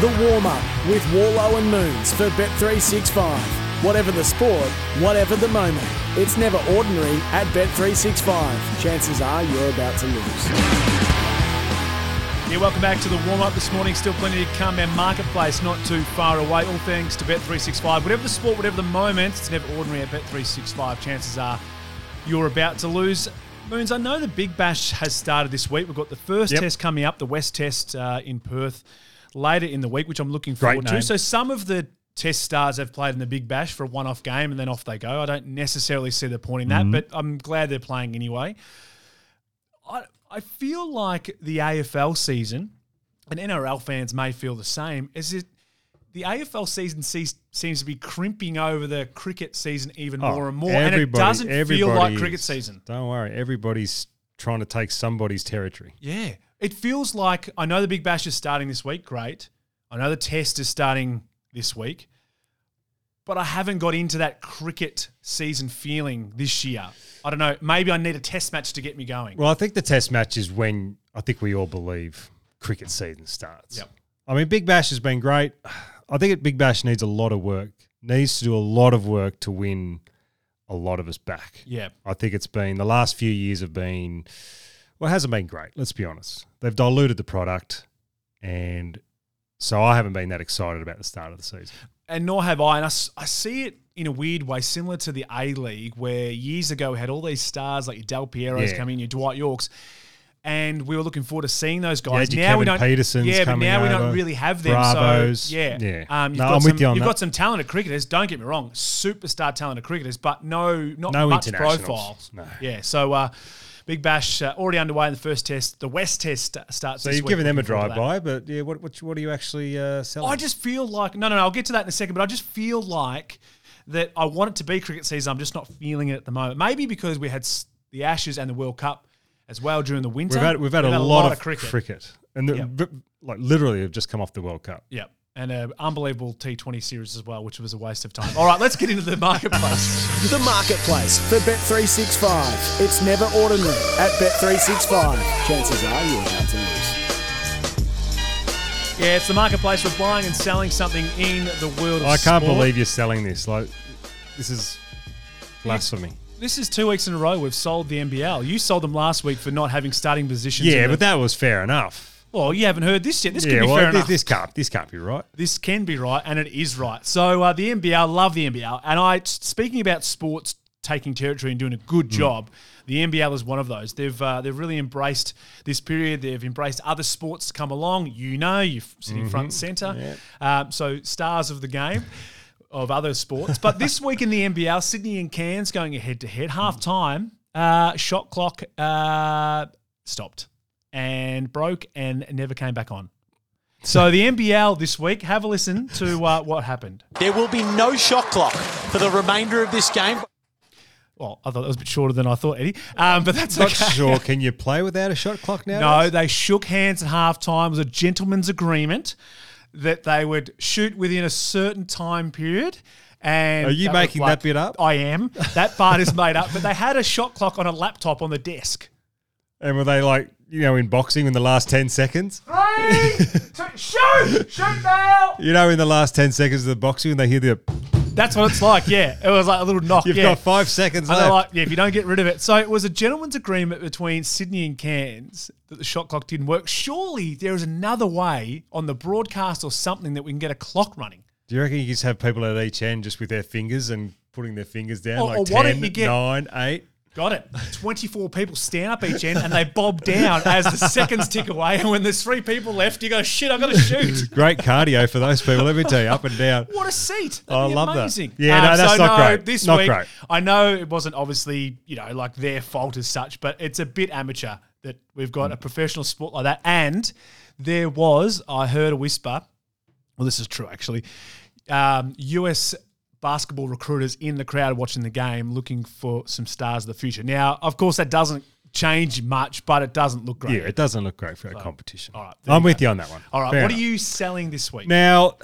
The Warm Up with Warlow and Moons for Bet365. Whatever the sport, whatever the moment, it's never ordinary at Bet365. Chances are you're about to lose. Yeah, welcome back to the warm up this morning. Still plenty to come. Our marketplace not too far away. All thanks to Bet365. Whatever the sport, whatever the moment, it's never ordinary at Bet365. Chances are you're about to lose. Moons, I know the Big Bash has started this week. We've got the first Yep. test coming up, the West Test uh, in Perth later in the week, which I'm looking forward name. to. So some of the Test stars have played in the Big Bash for a one off game and then off they go. I don't necessarily see the point in Mm-hmm. that, but I'm glad they're playing anyway. I, I feel like the AFL season, and NRL fans may feel the same, is it the AFL season sees, seems to be crimping over the cricket season even Oh, more and more. And it everybody- doesn't feel like everybody cricket is- season. Don't worry, everybody's trying to take somebody's territory. Yeah. It feels like I know the Big Bash is starting this week. Great. I know the Test is starting this week. But I haven't got into that cricket season feeling this year. I don't know. Maybe I need a test match to get me going. Well, I think the test match is when I think we all believe cricket season starts. Yep. I mean, Big Bash has been great. I think it- Big Bash needs a lot of work, needs to do a lot of work to win a lot of us back. Yeah. I think it's been the last few years have been well, it hasn't been great. Let's be honest. They've diluted the product, and so I haven't been that excited about the start of the season. and nor have I. And I, s- I see it in a weird way, similar to the A League, where years ago we had all these stars like your Del Piero's Yeah. coming, your Dwight Yorks, and we were looking forward to seeing those guys. your now we don't, Kevin Petersons yeah, but coming now we don't over. really have them. Bravos. So yeah, Yeah. Um, you've No, got I'm some, with you on You've that. got some talented cricketers. Don't get me wrong, superstar talented cricketers, but no, not No much internationals. profile. No. Yeah, so. Uh, Big Bash uh, already underway in the first test. The West Test uh, starts. So this you've week. given them a Looking forward to that. drive by, but yeah, what what, what are you actually uh, selling? I just feel like no, no, no. I'll get to that in a second. But I just feel like that I want it to be cricket season. I'm just not feeling it at the moment. Maybe because we had s- the Ashes and the World Cup as well during the winter. we've had we've had, a, lot of cricket, cricket. and the, Yeah. v- like literally have just come off the World Cup. Yeah, and an unbelievable T20 series as well, which was a waste of time. All right, let's get into the marketplace. The marketplace for Bet365. It's never ordinary at Bet365. Chances are you're about to lose. yeah, it's the marketplace. We're buying and selling something in the world. Of I sport. can't believe you're selling this. Like this is blasphemy. this is two weeks in a row we've sold the NBL. You sold them last week for not having starting positions. Yeah, in but the- that was fair enough. well, you haven't heard this yet. This yeah, could be well, fair this, enough. this can't this can't be right. this can be right, and it is right. So uh, the NBL, love the NBL, and I speaking about sports taking territory and doing a good job. The NBL is one of those. They've uh, they've really embraced this period. They've embraced other sports to come along. You know, you're sitting front and center. Um, so stars of the game. Of other sports, but this week in the NBL, Sydney and Cairns going head to head. Half time, uh, shot clock uh, stopped and broke and never came back on. So the NBL this week, have a listen to uh, what happened. There will be no shot clock for the remainder of this game. Well, I thought that was a bit shorter than I thought, Eddie. Um, but that's Not okay. sure. Can you play without a shot clock now? No, they shook hands at halftime. It was a gentleman's agreement that they would shoot within a certain time period. And Are you was making that bit up? I am. That part is made up. But they had a shot clock on a laptop on the desk. And were they like you know in boxing in the last ten seconds? shoot! Shoot now! You know in the last ten seconds of the boxing, and they hear the That's what it's like. Yeah, it was like a little knock. you've yeah. got five seconds And left. they're like, yeah, if you don't get rid of it. So it was a gentleman's agreement between Sydney and Cairns that the shot clock didn't work. Surely there is another way on the broadcast or something that we can get a clock running. Do you reckon you just have people at each end just with their fingers and putting their fingers down Or- like or why 10, don't you get- 9, 8? Got it. 24 people stand up each end and they bob down as the seconds tick away. And when there's three people left, you go, shit, I've got to shoot. Great cardio for those people, let me tell you, up and down. What a seat! That'd Oh, I be love that. amazing. Um, Yeah, no, that's so not no, great. This Not week, great. I know it wasn't obviously you know like their fault as such, but it's a bit amateur that we've Mm. got a professional sport like that. And there was, I heard a whisper. Well, this is true actually. Um, U.S. basketball recruiters in the crowd watching the game, looking for some stars of the future. Now, of course, that doesn't change much, but it doesn't look great. Yeah, it doesn't look great for our competition. all right, there I'm you with you on that one. All right, Fair what enough. are you selling this week? Now,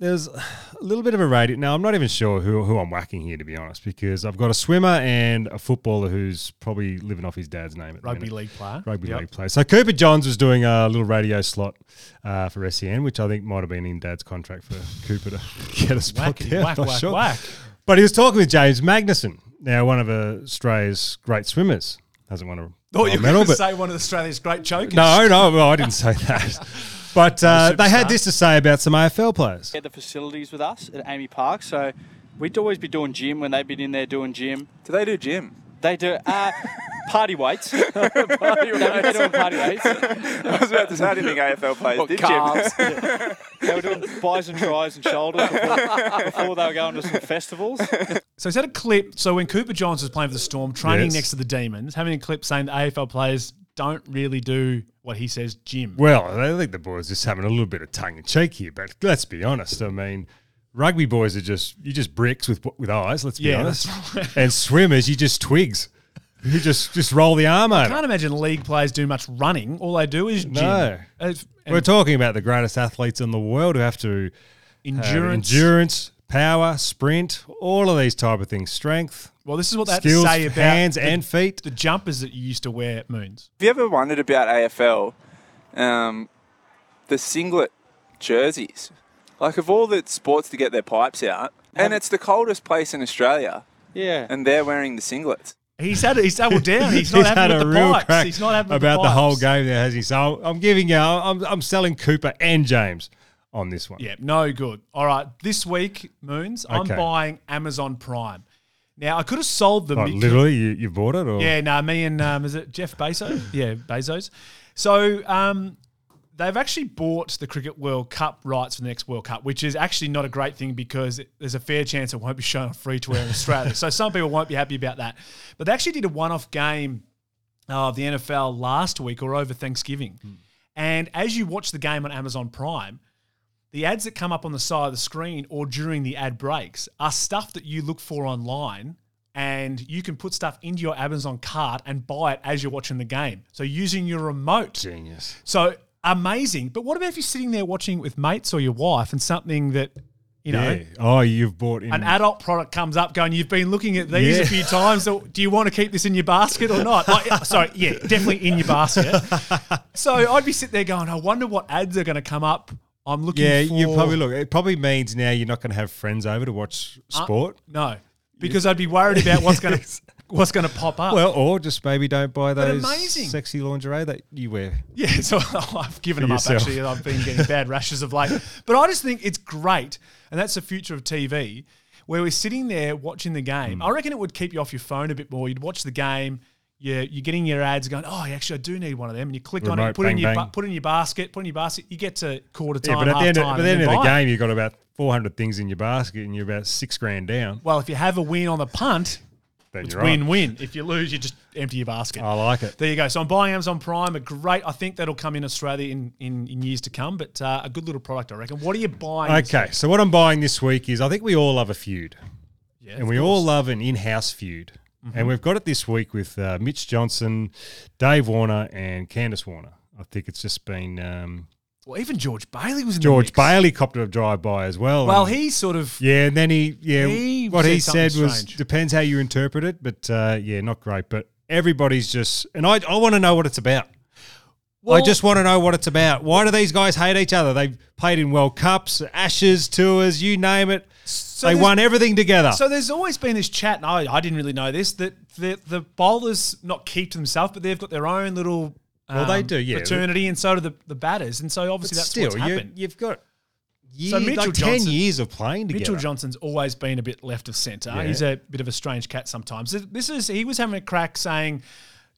there's a little bit of a rating. Now, I'm not even sure who, who I'm whacking here, to be honest, because I've got a swimmer and a footballer who's probably living off his dad's name at the Rugby minute. league player. Rugby Yep. league player. So Cooper Johns was doing a little radio slot uh, for SEN, which I think might have been in dad's contract for Cooper to get a spot. Whack, I'm whack, not whack, whack. But he was talking with James Magnuson, now one of Australia's great swimmers. Hasn't won a Oh, gold you're medal, going to but say one of Australia's great chokers? no, no, well, I didn't say that. But uh, they had superstar. this to say about some AFL players. get the facilities with us at Amy Park. So we'd always be doing gym when they'd been in there doing gym. Do they do gym? They do uh, party weights. party They'd be doing party weights. I was about to say, I didn't think AFL players did gym. They were doing buys and tries and shoulders before, before they were going to some festivals. So he's had a clip. So when Cooper Johns was playing for the Storm, training Yes. next to the Demons, having a clip saying that AFL players don't really do what he says, gym. Well, I think the boys just having a little bit of tongue in cheek here, but let's be honest. I mean, rugby boys are just you just bricks with with eyes. Let's be Yeah, honest. that's right. and swimmers, you just twigs. You just just roll the arm I over. can't imagine league players do much running. All they do is gym. Uh, No. Uh, It's- and We're talking about the greatest athletes in the world who have to have endurance. endurance, power, sprint, all of these type of things, strength, Well, this is what they had to skills, say about hands the, and feet. the jumpers that you used to wear at Moons. Have you ever wondered about AFL, um, the singlet jerseys? Like, of all the sports to get their pipes out, and it's the coldest place in Australia, Yeah. and they're wearing the singlets. He's had he's doubled down. He's not having with the pipes. He's not having with about the, the, whole pipes. game there, has he? So I'm giving you, I'm, I'm selling Cooper and James on this one. Yeah, no good. All right, this week, Moons, I'm Okay. buying Amazon Prime. Now I could have sold them. Like, because- literally, you, you bought it, or Yeah, no, me and um, is it Jeff Bezos? yeah, Bezos. So um, they've actually bought the Cricket World Cup rights for the next World Cup, which is actually not a great thing because it- there's a fair chance it won't be shown on free to air in Australia. so some people won't be happy about that. But they actually did a one-off game uh, of the NFL last week or over Thanksgiving, and as you watch the game on Amazon Prime. The ads that come up on the side of the screen or during the ad breaks are stuff that you look for online and you can put stuff into your Amazon cart and buy it as you're watching the game. So using your remote. genius. So amazing. But what about if you're sitting there watching it with mates or your wife and something that, you know, Yeah. Oh, you've bought in. an adult product comes up going, you've been looking at these Yeah. a few times. So do you want to keep this in your basket or not? Like, yeah, sorry, yeah, definitely in your basket. so I'd be sitting there going, I wonder what ads are going to come up. I'm looking yeah, for. you probably look. It probably means now you're not going to have friends over to watch Uh, sport. No, because I'd be worried about what's going to what's going to pop up. well, or just maybe don't buy those amazing. sexy lingerie that you wear. Yeah, so I've given For them up yourself. actually. and I've been getting bad rashes of late. But I just think it's great. And that's the future of TV where we're sitting there watching the game. Hmm. I reckon it would keep you off your phone a bit more. You'd watch the game. You're, you're getting your ads going, oh, actually, I do need one of them. And you click on it, you Remote put, it in bang, your bang. ba- put it in your basket, put it in your basket. You get to quarter Yeah, time, but at the half end, of, time. but at the and end of then the buy it. game, you've got about 400 things in your basket, and you're about six grand down. Well, if you have a win on the punt, Then it's you're on. win-win. If you lose, you just empty your basket. I like it. There you go. So I'm buying Amazon Prime. A great, I think that'll come in Australia in, in, in years to come, but uh, a good little product, I reckon. What are you buying? Okay, so what I'm buying this week is I think we all love a feud. Yeah, Mm-hmm. and we all love an in-house feud, and we've got it this week with uh, Mitch Johnson, Dave Warner, and Candace Warner. I think it's just been um, Well, even George Bailey was in George the mix. Bailey copped a drive-by as well. Well, and- he sort of. yeah, and then he yeah He what he said something said was strange. depends how you interpret it, but uh, yeah, not great. But everybody's just and I I want to know what it's about. I Well- just want to know what it's about. Why do these guys hate each other? They've played in World Cups, Ashes, tours, you name it. So they there's- won everything together. So there's always been this chat, and I, I didn't really know this that the the bowlers not keep to themselves, but they've got their own little. Well, they um, do, yeah. Fraternity, and so do the, the batters, and so obviously that's what's you- happened. You've got years, Mitchell like ten Johnson- years of playing together. Mitchell Johnson's always been a bit left of centre. He's a bit of a strange cat sometimes. This is he was having a crack saying,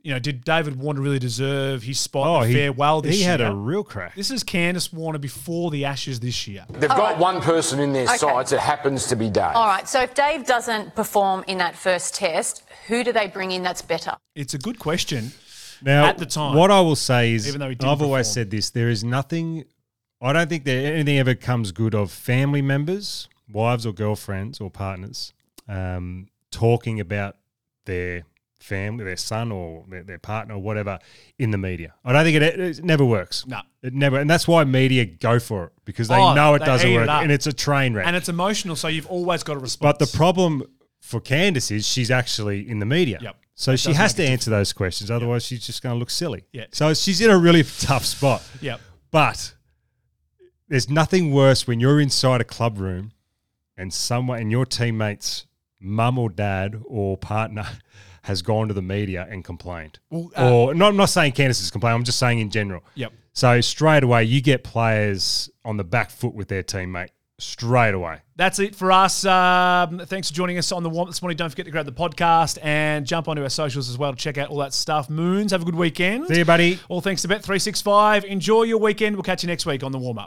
you know, did David Warner really deserve his spot in the farewell this Oh, he year? had a real crack. this is Candace Warner before the Ashes this year. They've got one person in their Okay. sides. It happens to be Dave. All right, so if Dave doesn't perform in that first test, who do they bring in that's better? It's a good question. now, at the time, what I will say is, even though he and didn't I've always perform. said this: there is nothing. I don't think that anything ever comes good of family members, wives or girlfriends or partners, um, talking about their family, their son or their, their partner or whatever in the media. I don't think it, it, never works. No. It never. And that's why media go for it because they Oh, know it they doesn't eat it work up. and it's a train wreck. and it's emotional, so you've always got a response. But the problem for Candace is she's actually in the media. Yep. So That she does has make a to answer those questions. Otherwise, she's just going to look silly. Yeah. So she's in a really tough spot. Yep. But there's nothing worse when you're inside a club room and someone and your teammates, mum or dad or partner, has gone to the media and complained. Well, uh, or no, I'm not saying Candace has complained. I'm just saying in general. Yep. So straight away, you get players on the back foot with their teammate straight away. That's it for us. Um, thanks for joining us on the warm this morning. Don't forget to grab the podcast and jump onto our socials as well to check out all that stuff. Moons, have a good weekend. See you, buddy. All thanks to Bet365. Enjoy your weekend. We'll catch you next week on the warm up.